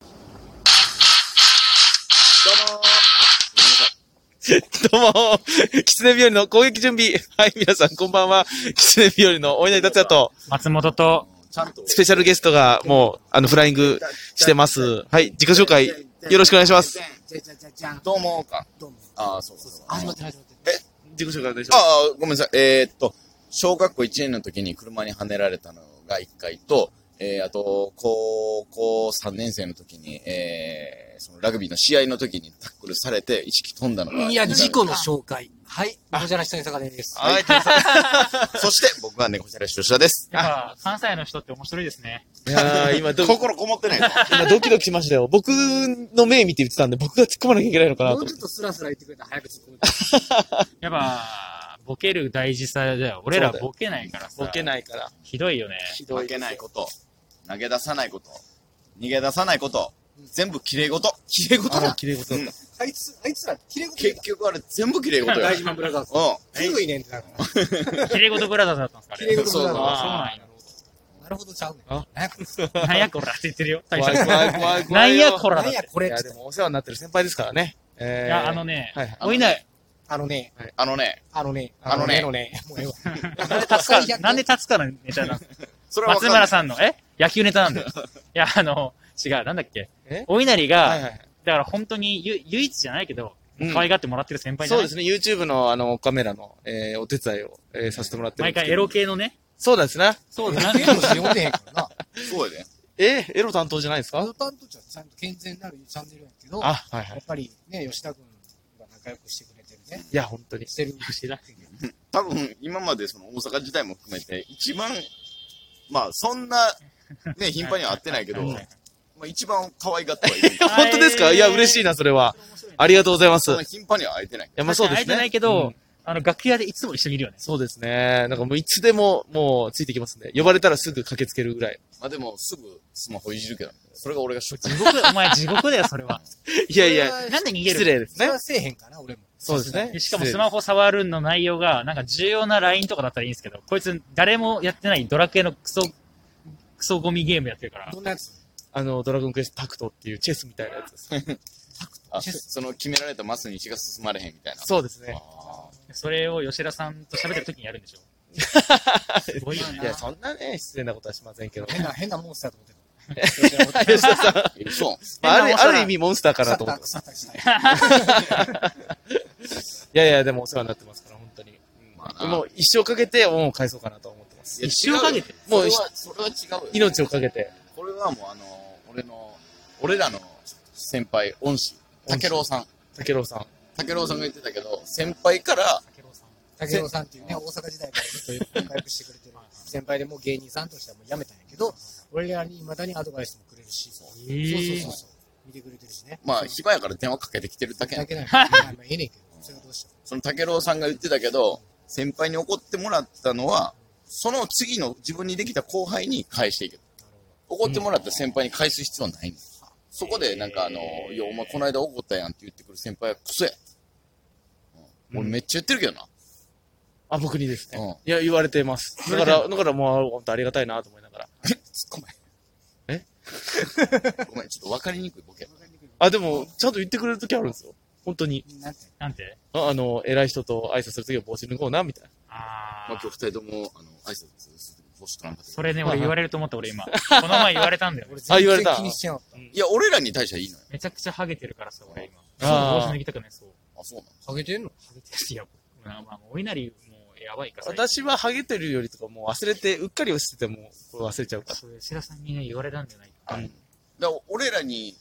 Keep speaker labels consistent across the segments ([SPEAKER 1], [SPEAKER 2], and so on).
[SPEAKER 1] どうも、狐日和の攻撃準備。はい、皆さんこんばんは。狐日和の大稲荷達也と、
[SPEAKER 2] 松本と、
[SPEAKER 3] ちゃんと。
[SPEAKER 1] スペシャルゲストがもう、あの、フライングしてます。はい、自己紹介、よろしくお願いします。。
[SPEAKER 4] じゃじゃじゃじゃん。
[SPEAKER 3] どうもか。
[SPEAKER 4] どうも。
[SPEAKER 3] ああ、そうそうそう。あ
[SPEAKER 4] あ、始まってる始まってる。
[SPEAKER 1] 自己紹介お願いします。
[SPEAKER 3] あ、ごめんなさい。えーっと、小学校1年の時に車にはねられたのが1回と、えー、あと、高校3年生の時に、えー、そのラグビーの試合の時にタックルされて意識飛んだのが。
[SPEAKER 4] いや、事故の紹介。はい。モジャラ人に坂です。
[SPEAKER 3] はい。そして、僕は猫じゃらし吉田です。
[SPEAKER 2] やっぱ関西の人って面白いですね。
[SPEAKER 1] いやー今ど、
[SPEAKER 3] 心こもってないぞ。
[SPEAKER 1] 今ドキドキしましたよ。僕の目見て言ってたんで、僕が突っ込まなきゃいけないのかな
[SPEAKER 4] も
[SPEAKER 1] と
[SPEAKER 4] う
[SPEAKER 1] 思って。
[SPEAKER 4] ちょっとスラスラ言ってくれたら早く突っ込む。そ
[SPEAKER 2] やっぱ、ボケる大事さだよ。俺らボケないからさ。
[SPEAKER 1] ボケ
[SPEAKER 2] い。
[SPEAKER 1] ないから。
[SPEAKER 2] ひどいよね。
[SPEAKER 3] 負けないこと、投げ出さないこと、逃げ出さないこと、全部綺麗事。綺麗事だ。
[SPEAKER 1] 綺麗事
[SPEAKER 3] だった
[SPEAKER 4] あいつ、あいつら、綺麗事
[SPEAKER 3] 結局あれ全部綺麗事よ。
[SPEAKER 4] 大事マンブラザーズ。
[SPEAKER 3] う
[SPEAKER 4] すぐいねんってなるから。
[SPEAKER 2] 綺麗事ブラザーズだったんですか
[SPEAKER 4] 綺麗事ブラ
[SPEAKER 2] そうなん
[SPEAKER 4] ザーズ
[SPEAKER 2] や。
[SPEAKER 4] なるほどちゃうねん。
[SPEAKER 1] あ
[SPEAKER 4] なんやこれ
[SPEAKER 2] なんやこらって言ってるよ。最
[SPEAKER 1] 怖
[SPEAKER 2] 初
[SPEAKER 1] い怖い怖い怖い。
[SPEAKER 2] なんやこらだ
[SPEAKER 4] な
[SPEAKER 2] っ
[SPEAKER 4] ん
[SPEAKER 2] て
[SPEAKER 4] や。これ
[SPEAKER 1] いや、でもお世話になってる先輩ですからね。えー、
[SPEAKER 2] いや、あのね
[SPEAKER 1] はいはい、
[SPEAKER 2] おいない。
[SPEAKER 4] あのね、
[SPEAKER 3] ん。あのね、
[SPEAKER 4] あのね、
[SPEAKER 3] あのね
[SPEAKER 4] のね。もうええわ。
[SPEAKER 2] なんで立つか、なんで立つかのネタなん
[SPEAKER 3] それはわ
[SPEAKER 2] 松
[SPEAKER 3] かんない
[SPEAKER 2] 村さんの、え野球ネタなんだよ。いや、あの、違う、なんだっけ
[SPEAKER 1] え。
[SPEAKER 2] お稲荷
[SPEAKER 1] はいは
[SPEAKER 2] が、
[SPEAKER 1] い
[SPEAKER 2] だから本当にゆ唯一じゃないけど、
[SPEAKER 1] うん
[SPEAKER 2] 可愛がってもらってる先輩じゃ
[SPEAKER 1] そう
[SPEAKER 2] ない
[SPEAKER 1] ですね、YouTube のあの、カメラの、えー、お手伝いを、えー、させてもらってるん
[SPEAKER 2] 毎
[SPEAKER 1] ですけ
[SPEAKER 2] 回
[SPEAKER 1] ど
[SPEAKER 2] エロ系のね。
[SPEAKER 1] そうなんですね。
[SPEAKER 2] そうう
[SPEAKER 4] だ
[SPEAKER 2] だ、
[SPEAKER 4] な
[SPEAKER 2] なんんで
[SPEAKER 4] でも読んでへんからな。
[SPEAKER 3] そうやで。
[SPEAKER 1] えー、エロ担当じゃないです
[SPEAKER 4] ア
[SPEAKER 1] か
[SPEAKER 4] ウトンとちゃちゃんと健全なるチャンネルやけど、や
[SPEAKER 1] あ、はいはい
[SPEAKER 4] っ。ぱりね、吉田君が仲良くしてくれてるね。
[SPEAKER 1] いや、本当に。
[SPEAKER 4] してる。
[SPEAKER 2] 吉田
[SPEAKER 3] 多分、今までその大阪時代も含めて、一番、まあ、そんな、ね、頻繁には会ってないけど、
[SPEAKER 2] はい
[SPEAKER 3] ま
[SPEAKER 2] はいはい
[SPEAKER 3] あ、一番可愛がってはいる。
[SPEAKER 1] あ 本当ですかいや、嬉しいな、それは。ありがとうございます。
[SPEAKER 3] そんない頻繁には会えてない。
[SPEAKER 1] や、まあそうです
[SPEAKER 2] 確かに会えてな
[SPEAKER 1] ね
[SPEAKER 2] い。け
[SPEAKER 1] う
[SPEAKER 2] ど
[SPEAKER 1] ん、
[SPEAKER 2] あの、楽屋でいつも一緒にいるよね。
[SPEAKER 1] そうですね。なんかもういつでも、もうついてきますね。呼ばれたらすぐ駆けつけるぐら い。
[SPEAKER 3] まあでも、すぐスマホいじるけど、それが俺が初期。
[SPEAKER 2] 地獄、お前地獄だよ、そ れは。
[SPEAKER 1] いやいや、
[SPEAKER 2] なんで逃げ
[SPEAKER 1] 失
[SPEAKER 2] る
[SPEAKER 1] 礼です
[SPEAKER 4] それ
[SPEAKER 1] ね。
[SPEAKER 4] はせえへんかな、俺も。
[SPEAKER 1] そうですね。
[SPEAKER 2] しかも
[SPEAKER 1] 失
[SPEAKER 2] ス
[SPEAKER 1] 礼
[SPEAKER 2] マホ触るの内容が、なんか重要な LINE とかだったらいいんですけど、こいつ誰もやってないドラクエのクソ、クソゴミゲームやってるから。
[SPEAKER 4] どんなやつ
[SPEAKER 1] あの、ドラゴンクエストタクトっていうチェスみたいなやつです。
[SPEAKER 3] あその決められたマスに血が進まれへんみたいな。
[SPEAKER 1] そうですね。
[SPEAKER 3] あ
[SPEAKER 2] それを吉田さんと喋ってる時にやるんでしょ。すごいよ
[SPEAKER 1] い
[SPEAKER 2] ね。
[SPEAKER 1] や、そんなね、失礼なことはしませんけど。
[SPEAKER 4] 変な、変なモンスターと思って
[SPEAKER 1] 吉田さん、
[SPEAKER 3] ーそう。
[SPEAKER 1] まあ、あ
[SPEAKER 2] 変
[SPEAKER 1] る
[SPEAKER 2] なお世話
[SPEAKER 1] ある意味モンスターか
[SPEAKER 4] た。
[SPEAKER 1] な
[SPEAKER 4] 腐
[SPEAKER 1] と
[SPEAKER 4] っ、
[SPEAKER 1] 思ったて。
[SPEAKER 4] 腐ったりしない。
[SPEAKER 1] いやいや、でもお世話になってますから、本当に。
[SPEAKER 3] まあな
[SPEAKER 1] もう一生かけて恩を返そうかなと思ってます。
[SPEAKER 3] いや
[SPEAKER 2] 一生かけて
[SPEAKER 3] 違う
[SPEAKER 1] もう
[SPEAKER 3] それは、それは違うよ。
[SPEAKER 1] 命をかけて。
[SPEAKER 3] これはもうあの、俺の、俺らの先輩、恩師、竹郎さん。
[SPEAKER 1] 竹郎さん。
[SPEAKER 3] 竹郎さんが言ってたけど、先輩から、
[SPEAKER 4] 竹郎さんっていうね、大阪時代からずっと仲良くしてくれてる先輩でもう芸人さんとしてはもう辞めたんやけど、俺らに未だにアドバイスもくれるし、そう
[SPEAKER 2] え
[SPEAKER 4] そう
[SPEAKER 2] ー
[SPEAKER 4] そうそう。見てくれてるしね。
[SPEAKER 3] まあ、
[SPEAKER 4] そう
[SPEAKER 3] 暇やから電話かけてきてるだけや
[SPEAKER 4] だ
[SPEAKER 3] ん
[SPEAKER 4] けなんやけどまあまあええねんけど、それはどうしよう。
[SPEAKER 3] その竹郎さんが言ってたけど、先輩に怒ってもらったのは、その次の自分にできた後輩に返していける。怒ってもらった先輩に返す必要はないの。そこで、なんかあの、いや、お前この間怒ったやんって言ってくる先輩はクソや。うん
[SPEAKER 1] うん
[SPEAKER 3] 俺めっちゃ言ってるけどな。
[SPEAKER 1] あ、僕にですね。
[SPEAKER 3] うん
[SPEAKER 1] いや、言われてます。だから、だからもう、本当ありがたいなと思いながら。
[SPEAKER 3] ごめん。
[SPEAKER 1] え
[SPEAKER 3] ごめん、ちょっとわかりにくいボケ。
[SPEAKER 1] あ、でも、ちゃんと言ってくれる時あるんですよ。本当に。
[SPEAKER 4] なんて、
[SPEAKER 2] なんて
[SPEAKER 1] ああの、偉い人と挨拶する時は帽子脱ごうな、みたいな。
[SPEAKER 2] あ
[SPEAKER 3] まあ今日
[SPEAKER 2] ー
[SPEAKER 3] 二。人とも、あの、挨拶するとき、取らんかったけど
[SPEAKER 2] それね、俺言われると思った、俺今。この前言われたんだよ。
[SPEAKER 4] 俺
[SPEAKER 1] あ言われ
[SPEAKER 4] 全
[SPEAKER 1] た
[SPEAKER 4] 然気にしてなかった。
[SPEAKER 3] いや、俺らに対してはいいのよ。
[SPEAKER 2] めちゃくちゃハゲてるからさ、俺今。
[SPEAKER 1] あー
[SPEAKER 2] 帽子脱ぎたくない、そう。
[SPEAKER 3] あ、そうなの
[SPEAKER 4] ハゲてんの
[SPEAKER 2] ハゲてるいや、まあまあ、お稲荷もうやばいからさ。
[SPEAKER 1] 私はハゲてるよりとかもう忘れて、うっかりをしてても、これ忘れちゃうか
[SPEAKER 2] それ吉田さんにね、言われたんじゃない
[SPEAKER 1] ら。うん
[SPEAKER 3] だから俺らに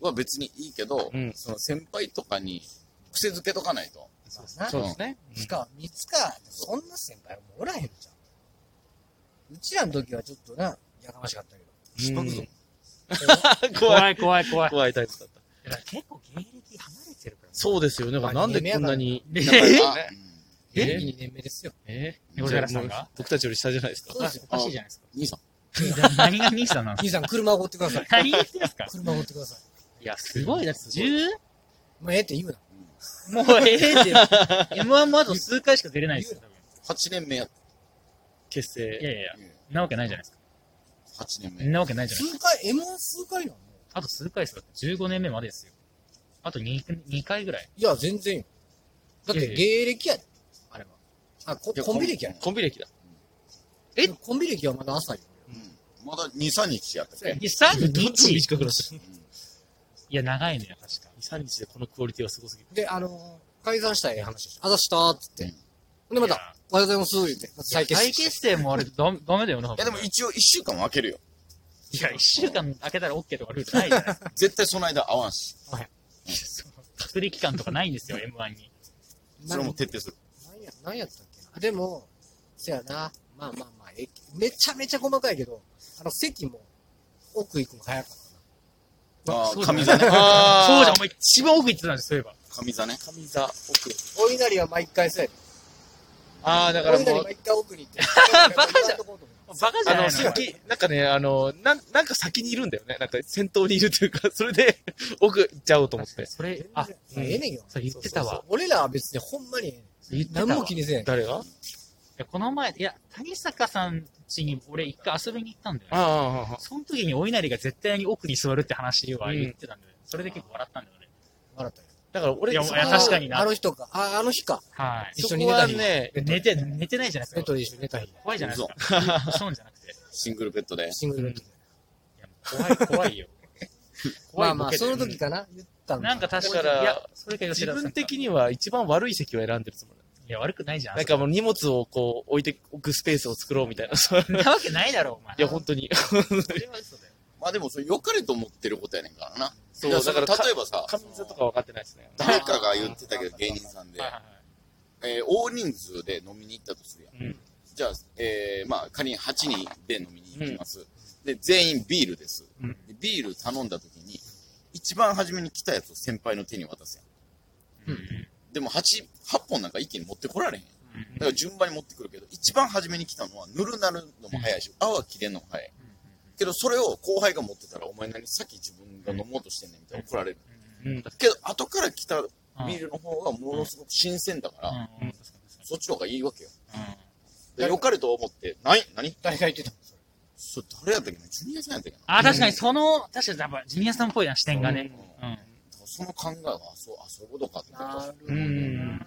[SPEAKER 3] は別にいいけど、
[SPEAKER 1] うん
[SPEAKER 3] その先輩とかに癖づけとかないと。
[SPEAKER 4] そうですね
[SPEAKER 1] そうですね。
[SPEAKER 4] しかも、三つか、そんな先輩はもうおらへんじゃん。うちらの時はちょっとな、やかましかったけど。
[SPEAKER 1] うん
[SPEAKER 3] うん
[SPEAKER 1] うん 怖い。
[SPEAKER 2] 怖い怖い怖い。
[SPEAKER 1] 怖いタイプだった。
[SPEAKER 2] だから結構芸歴離れてるから。
[SPEAKER 1] そうですよね。だからなんでこんなに。
[SPEAKER 2] え
[SPEAKER 3] あ
[SPEAKER 1] ね
[SPEAKER 4] 芸
[SPEAKER 1] え
[SPEAKER 4] 歴2年目ですよ。
[SPEAKER 1] え
[SPEAKER 2] え俺らさん
[SPEAKER 1] もう
[SPEAKER 2] が
[SPEAKER 1] 僕たちより下じゃないですか。
[SPEAKER 4] そうですよ。
[SPEAKER 2] おかしいじゃないですか。
[SPEAKER 3] 兄さん。
[SPEAKER 2] 何がミーさんなの
[SPEAKER 4] 兄さん、車おごってください。
[SPEAKER 2] 何言ってんすか
[SPEAKER 4] 車おごってください。
[SPEAKER 2] いや、すごいな。
[SPEAKER 3] すご
[SPEAKER 2] 10?
[SPEAKER 4] もうええって言うな。
[SPEAKER 2] もうええで。M1 もあと数回しか出れないですよ。
[SPEAKER 3] 8年目やっ
[SPEAKER 1] 結
[SPEAKER 2] いや
[SPEAKER 1] 成。
[SPEAKER 2] いやいや
[SPEAKER 3] た。。
[SPEAKER 2] なわけないじゃないですか。
[SPEAKER 3] 8年
[SPEAKER 2] ん
[SPEAKER 3] 目。
[SPEAKER 2] なわけないじゃないですか。
[SPEAKER 4] 数回、M1 数回なの
[SPEAKER 2] あと数回ですよ。15年目までですよ。あと 2, 2回ぐらい。
[SPEAKER 4] いや、全然よ。だって芸歴やで、あれは。あ、コ
[SPEAKER 3] いや
[SPEAKER 4] コンビ歴やね
[SPEAKER 1] コンビ歴だ。
[SPEAKER 4] えコンビ歴はまだ浅いよ。
[SPEAKER 3] うんまだ2、3日やったっけ
[SPEAKER 2] 3、
[SPEAKER 1] どんどん
[SPEAKER 2] 日
[SPEAKER 1] 短くなってる。
[SPEAKER 2] いや、長いのよ、確か。
[SPEAKER 1] 2、3日でこのクオリティはすごすぎる。
[SPEAKER 4] で、あのー、改ざんしたらええ話でしょ。あざしたーっつって。
[SPEAKER 3] うん
[SPEAKER 4] ほんでまた、おはようございます、言って。また再結
[SPEAKER 2] 再
[SPEAKER 4] 成
[SPEAKER 2] 結成もあれ、ダメダメだよ
[SPEAKER 3] い
[SPEAKER 2] な。
[SPEAKER 3] やでも一応1週間は空けるよ。
[SPEAKER 2] いや、一週間開けたら OK とかルールないじゃないですか。
[SPEAKER 3] 絶対その間合わんし。
[SPEAKER 2] 隔離期間とかないん ですよ、M1 に。
[SPEAKER 3] それも徹底する。
[SPEAKER 4] なんや、なんやったっけな。でも、せやな。まあまあまあ、えめちゃめちゃ細かいけど、あの、席も、奥行くの早かっ
[SPEAKER 3] あ
[SPEAKER 2] そう
[SPEAKER 3] あ、
[SPEAKER 2] だね
[SPEAKER 3] 神座ね。
[SPEAKER 1] あ
[SPEAKER 2] そうじゃん、お前一番奥行ってたんです、そういえば。
[SPEAKER 3] 神座ね。
[SPEAKER 4] た。上座、奥。お稲荷は毎回そうやで。
[SPEAKER 1] ああ、だから
[SPEAKER 4] お稲
[SPEAKER 1] も
[SPEAKER 4] 荷
[SPEAKER 1] う、
[SPEAKER 4] 毎回奥に行って。
[SPEAKER 2] バカじゃん
[SPEAKER 4] 言わんとこうと思
[SPEAKER 2] バカじ
[SPEAKER 1] あ
[SPEAKER 2] ゃな
[SPEAKER 1] の、
[SPEAKER 2] いの
[SPEAKER 1] 先、なんかね、あの、なん、なんか先にいるんだよね。なんか先頭にいるというか、そ れで奥行っちゃおうと思って。
[SPEAKER 2] それ、
[SPEAKER 4] う
[SPEAKER 2] あ、
[SPEAKER 4] まあええねんよ。
[SPEAKER 2] それ言ってた
[SPEAKER 4] そう
[SPEAKER 2] わ
[SPEAKER 4] そう。俺らは別にほんまに、
[SPEAKER 2] 言ってた
[SPEAKER 4] 何も
[SPEAKER 2] わ。
[SPEAKER 4] 気にせえへん。
[SPEAKER 1] 誰が
[SPEAKER 2] いやこの前、いや、谷坂さん家に俺一回遊びに行ったんだよ、ね。
[SPEAKER 1] ああ、
[SPEAKER 2] その時にお稲荷が絶対に奥に座るって話は言ってたんだよ、それで結構笑ったんだよね。
[SPEAKER 4] 笑ったよ。
[SPEAKER 1] だから俺、
[SPEAKER 2] いや
[SPEAKER 1] そ
[SPEAKER 2] いや
[SPEAKER 1] こは
[SPEAKER 2] 確かにな
[SPEAKER 4] あの人か。あ、あの日か。
[SPEAKER 2] はい。
[SPEAKER 4] 一
[SPEAKER 1] そ
[SPEAKER 4] 緒に
[SPEAKER 1] こ
[SPEAKER 4] 寝た
[SPEAKER 1] は
[SPEAKER 4] 日
[SPEAKER 1] ね、
[SPEAKER 2] 寝て、寝てないじゃないです
[SPEAKER 4] ベ
[SPEAKER 2] か
[SPEAKER 4] ッ。ドで一緒に寝た日。
[SPEAKER 2] 怖いじゃないですか。そうじゃなくて。い
[SPEAKER 3] シングルベッドで。
[SPEAKER 4] シングルベッドで。
[SPEAKER 2] や怖い、怖 いよ。怖い
[SPEAKER 4] まあま
[SPEAKER 2] ボ
[SPEAKER 4] あ、
[SPEAKER 2] ケだ
[SPEAKER 4] そ
[SPEAKER 2] よ
[SPEAKER 4] の時かな言ったの
[SPEAKER 2] なんか確か
[SPEAKER 1] だから
[SPEAKER 2] に、いや、それか
[SPEAKER 1] 自
[SPEAKER 2] 吉田さんか。
[SPEAKER 1] 分的には一番悪い席を選んでるつもりだ
[SPEAKER 2] いや、悪くないじゃん。
[SPEAKER 1] なんかもう荷物をこう置いておくスペースを作ろうみたいな。そう
[SPEAKER 2] そんなわけないだろ、お前。
[SPEAKER 1] いや、本当に。
[SPEAKER 2] それは嘘だよ。
[SPEAKER 3] まあでもそれ良かれと思ってることやねんからな。
[SPEAKER 1] そ
[SPEAKER 3] いやそれ
[SPEAKER 1] か
[SPEAKER 3] 例えばさ、
[SPEAKER 1] 神座とか分かってないですね。
[SPEAKER 3] 誰かが言ってたけど芸人さんで
[SPEAKER 2] は、いはいはい
[SPEAKER 3] えー大人数で飲みに行ったとするやん。
[SPEAKER 1] うん
[SPEAKER 3] じゃあ、えーまあ仮に8人で飲みに行きます。で、全員ビールです、
[SPEAKER 1] うん
[SPEAKER 3] でビール頼んだ時に、一番初めに来たやつを先輩の手に渡すやん。
[SPEAKER 2] うん
[SPEAKER 3] でも 8, 8本なんか一気に持ってこられへんやん。だから順番に持ってくるけど、一番初めに来たのはぬるなるのも早いし、泡切れんのも早い。けどそれを後輩が持ってたら、お前何さっき自分が飲もうとしてんねんみたいな怒られる。
[SPEAKER 2] うんうんうん
[SPEAKER 1] うん
[SPEAKER 3] けど後から来た
[SPEAKER 2] うん
[SPEAKER 3] ビールの方がものすごく新鮮だから、
[SPEAKER 2] うんうん確かに確か
[SPEAKER 3] そっちの方がいいわけよ。
[SPEAKER 2] にうん
[SPEAKER 3] で良かれと思って、ない何
[SPEAKER 4] 誰が言ってたのそれ
[SPEAKER 3] それ誰やったっけなジュニアさんやったっけな
[SPEAKER 2] あ、確かにその、確かにやっぱジュニアさんっぽいな、視点がね。
[SPEAKER 3] うん
[SPEAKER 2] うん。
[SPEAKER 3] その考えは、あそう、あ、そういうことかってこと
[SPEAKER 4] なる
[SPEAKER 1] う
[SPEAKER 4] ほど
[SPEAKER 1] ん。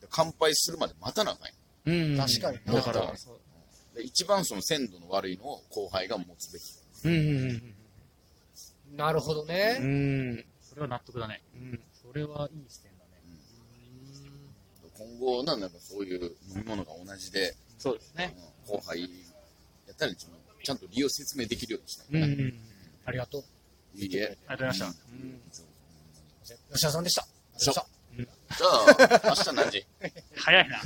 [SPEAKER 3] で乾杯するまで待たなあかんや
[SPEAKER 1] うん。
[SPEAKER 4] 確かにな
[SPEAKER 1] だから、
[SPEAKER 3] んで一番その鮮度の悪いのを後輩が持つべき。
[SPEAKER 1] うんうん
[SPEAKER 4] な。なるほど
[SPEAKER 1] う
[SPEAKER 4] ね。
[SPEAKER 1] ん。うん。
[SPEAKER 2] それは納得だね。
[SPEAKER 1] うん
[SPEAKER 2] それはいい視点だね。
[SPEAKER 3] 今後、なんだかそういう飲み物が同じで、
[SPEAKER 1] そうですね。
[SPEAKER 3] うん後輩やったら自分ちゃんと理由を説明できるようにしたい。
[SPEAKER 1] うんうん
[SPEAKER 4] ありがとう。
[SPEAKER 3] いいえ。
[SPEAKER 2] ありがとうございまし
[SPEAKER 1] うん。
[SPEAKER 4] 吉田さんでした。
[SPEAKER 3] 吉田
[SPEAKER 4] さん。
[SPEAKER 3] じゃあ、明日何時
[SPEAKER 2] た。早いな。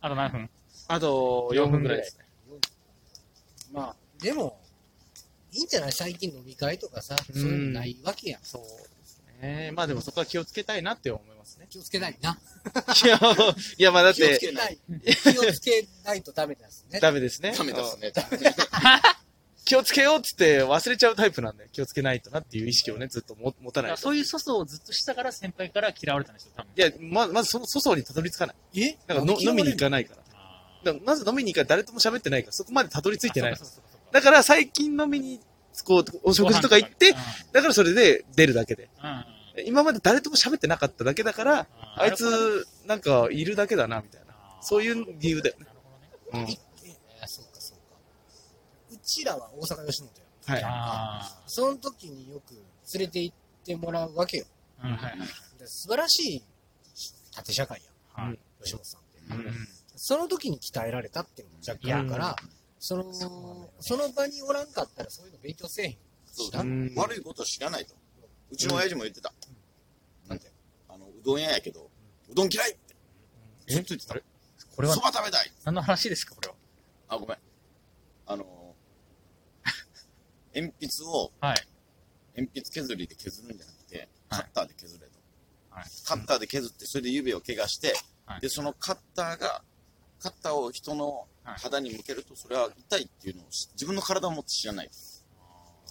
[SPEAKER 2] あと何分
[SPEAKER 1] あと4分ぐらいですね。
[SPEAKER 4] まあ、でも、いいんじゃない最近飲み会とかさ、
[SPEAKER 1] うん
[SPEAKER 4] そういうのないわけやん。
[SPEAKER 1] そうですね。まあでもそこは気をつけたいなって思いますね。
[SPEAKER 4] 気をつけないな。
[SPEAKER 1] いや、 いやまあだっ
[SPEAKER 3] 気をつ
[SPEAKER 1] て、
[SPEAKER 3] け ない。
[SPEAKER 4] 気をつけないとダメなんですね。
[SPEAKER 1] ダメですね。
[SPEAKER 3] ダメですね。
[SPEAKER 1] 気をつけようっつって忘れちゃうタイプなんで、気をつけないとなっていう意識をね、ずっとも持たない
[SPEAKER 2] だから
[SPEAKER 1] と。
[SPEAKER 2] そういう粗相をずっとしたから先輩から嫌われたんですよ、多分。
[SPEAKER 1] いや、ま、まずその粗相にたどり着かない。
[SPEAKER 4] え
[SPEAKER 1] なんかの飲みに行かないから。
[SPEAKER 2] あー
[SPEAKER 1] だからまず飲みに行かない誰とも喋ってないから、そこまでたどり着いてないの
[SPEAKER 2] そうかそうかそうか
[SPEAKER 1] だから最近飲みに、こう、お食事とか行って
[SPEAKER 2] ご飯、
[SPEAKER 1] だからそれで出るだけで。
[SPEAKER 2] うんうんうん
[SPEAKER 1] 今まで誰とも喋ってなかっただけだから、
[SPEAKER 2] あー
[SPEAKER 1] あいつ、なんか、いるだけだな、みたいな。そういう理由だよね。
[SPEAKER 2] なるほどね
[SPEAKER 1] うん。
[SPEAKER 4] あ、そうかそうか。うちらは大阪吉本や。
[SPEAKER 1] はい。
[SPEAKER 2] あ
[SPEAKER 4] その時によく連れて行ってもらうわけよ。
[SPEAKER 2] ーうんはいはい
[SPEAKER 4] で素晴らしい縦社会やん、
[SPEAKER 2] はい
[SPEAKER 4] 吉本さんっ
[SPEAKER 3] う
[SPEAKER 4] て。
[SPEAKER 3] ん
[SPEAKER 4] その時に鍛えられたっていうのも若干あるから、そのその場におらんかったらそういうの勉強せえへん。
[SPEAKER 3] そう
[SPEAKER 1] う
[SPEAKER 3] だ
[SPEAKER 1] ん
[SPEAKER 3] 悪いことは知らないと。うちの親父も言ってた。なんて、あの、うどん屋やけど、うどん嫌いって。ずっと言ってた。
[SPEAKER 2] これは
[SPEAKER 3] そば食べたい
[SPEAKER 2] 何の話ですか、これは。
[SPEAKER 3] あ、ごめん。あの、 鉛筆を
[SPEAKER 2] はい。
[SPEAKER 3] 鉛筆削りで削るんじゃなくて、カ
[SPEAKER 2] はい
[SPEAKER 3] ッターで削れと。
[SPEAKER 2] はい
[SPEAKER 3] カッターで削って、それで指を怪我して、
[SPEAKER 2] はい
[SPEAKER 3] で、そのカッターが、カッターを人の
[SPEAKER 2] はい
[SPEAKER 3] 肌に向けると、それは痛いっていうのをし自分の体を持って知らない。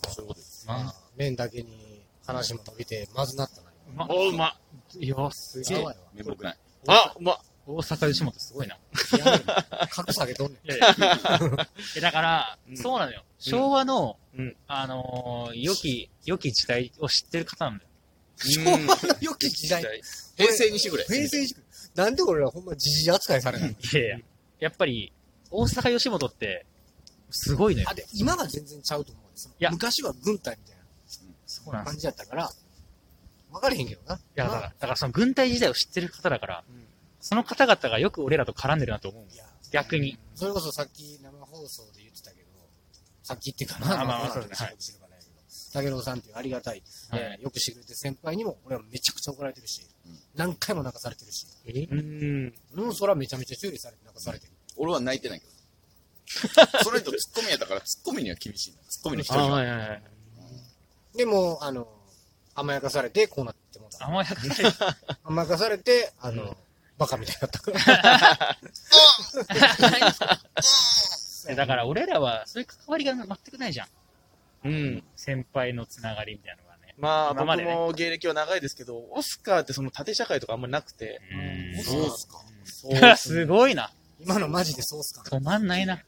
[SPEAKER 3] そういうことです。
[SPEAKER 2] まあ
[SPEAKER 4] 面だけに話も伸びて、まずなったな。
[SPEAKER 2] うまおうまいや、すげ
[SPEAKER 4] や
[SPEAKER 2] え
[SPEAKER 4] ば。いわ。
[SPEAKER 3] 面目ない。
[SPEAKER 1] あ、うまっ。
[SPEAKER 2] 大阪吉本すごいな。
[SPEAKER 4] やばいわ格下げとん ねん。
[SPEAKER 2] いやいや えだから、
[SPEAKER 1] うん
[SPEAKER 2] そうなのよ。昭和の、
[SPEAKER 1] うん
[SPEAKER 2] あのー良き、良き時代を知ってる方なんだよ。
[SPEAKER 4] 昭和の良き時代。
[SPEAKER 3] 平成にしてくれ。
[SPEAKER 4] 平成時代。なんで俺らほんまじじい扱いされないの
[SPEAKER 2] いやいや、やっぱり、大阪吉本って、すごいね
[SPEAKER 4] あ、。で、今は全然ちゃうと思うんです
[SPEAKER 2] いや
[SPEAKER 4] 昔は軍隊みたい
[SPEAKER 2] そうなんで
[SPEAKER 4] な
[SPEAKER 2] す。
[SPEAKER 4] 感じやったから、分かれへんけどな。い
[SPEAKER 2] いや、だから、だからその軍隊時代を知ってる方だから、
[SPEAKER 4] うん
[SPEAKER 2] その方々がよく俺らと絡んでるなと思う。
[SPEAKER 4] いや
[SPEAKER 2] 逆に。
[SPEAKER 4] それこそさっき生放送で言ってたけど、さっきっていうか
[SPEAKER 2] ま
[SPEAKER 4] な、
[SPEAKER 2] あまあまあ
[SPEAKER 4] 生放送で
[SPEAKER 2] そう
[SPEAKER 4] 収録してるからやけど、竹郎さんっていうありがたい、
[SPEAKER 2] はい
[SPEAKER 4] えーよくしてくれて先輩にも俺はめちゃくちゃ怒られてるし、
[SPEAKER 3] うん
[SPEAKER 4] 何回も泣かされてるし、
[SPEAKER 2] え
[SPEAKER 1] うん。
[SPEAKER 4] 俺もそれはめちゃめちゃ修理されて泣かされてる。
[SPEAKER 3] 俺は泣いてないけ ど。それとツッコミやったから、ツッコミには厳しいな。ツッコミの一人
[SPEAKER 2] あ、
[SPEAKER 3] は。
[SPEAKER 2] はいはいはい。
[SPEAKER 4] でも、あの、甘やかされてこうなってもうた。
[SPEAKER 2] 甘やかされて、
[SPEAKER 4] 甘やかされて、あの、
[SPEAKER 2] うん
[SPEAKER 4] バカみたいだったから。
[SPEAKER 2] だから俺らは、そういう関わりが全くないじゃん。
[SPEAKER 1] うん。
[SPEAKER 2] 先輩のつながりみたいなのがね。
[SPEAKER 1] まあ、
[SPEAKER 2] 今まで
[SPEAKER 1] 僕
[SPEAKER 2] ね
[SPEAKER 1] も芸歴は長いですけど、オスカーってその縦社会とかあんまりなくて。
[SPEAKER 2] う
[SPEAKER 3] そうっすか。
[SPEAKER 1] そう
[SPEAKER 2] ーん。 すごいな。
[SPEAKER 4] 今のマジでそうっすか。
[SPEAKER 2] 止まんないな。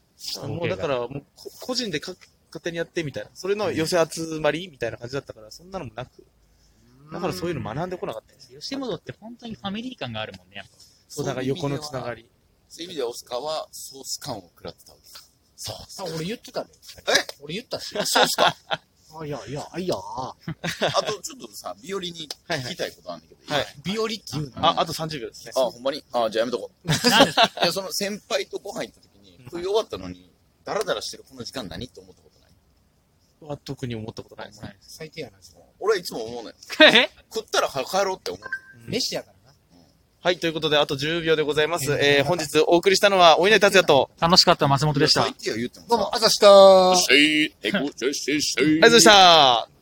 [SPEAKER 1] もうだから、もうこ個人でか勝手にやってみたいな。それの寄せ集まりみたいな感じだったから、そんなのもなく。だからそういうの学んでこなかったです。
[SPEAKER 2] 吉本って本当にファミリー感があるもんね、やっぱ。
[SPEAKER 1] そう、だから横のつながり。
[SPEAKER 3] そういう意味ではオスカーはソース感を食らってたわけか。
[SPEAKER 4] そう。あ、俺言ってたね。
[SPEAKER 3] え
[SPEAKER 4] 俺言ったし。そうっすか。あ、いや、いや、いや。
[SPEAKER 3] あと、ちょっとさ、ビオリに聞きたいことあんだけど。
[SPEAKER 1] はい。
[SPEAKER 4] ビオリっていうの
[SPEAKER 1] あ、あと30秒ですね。
[SPEAKER 3] あ、ほんまにあ、じゃあやめとこう。
[SPEAKER 2] なんで
[SPEAKER 3] いや、その先輩とご飯行った時に、食い終わったのに、ダラダラしてるこの時間何って思ったことない。
[SPEAKER 1] は特に思ったことないですね。
[SPEAKER 4] 最低やな、
[SPEAKER 3] 俺はいつも思うのよ。
[SPEAKER 2] え
[SPEAKER 3] 食ったら早く帰ろうって思う。
[SPEAKER 4] 飯やからな。
[SPEAKER 1] はい、ということで、あと10秒でございます。えー、本日お送りしたのは、お稲荷達也と、
[SPEAKER 2] 楽しかった、松本でした。
[SPEAKER 3] 最低は言ってもさ。
[SPEAKER 4] どうも、あざした
[SPEAKER 3] せい、えこ、せいせいせい
[SPEAKER 1] ありがとうございました。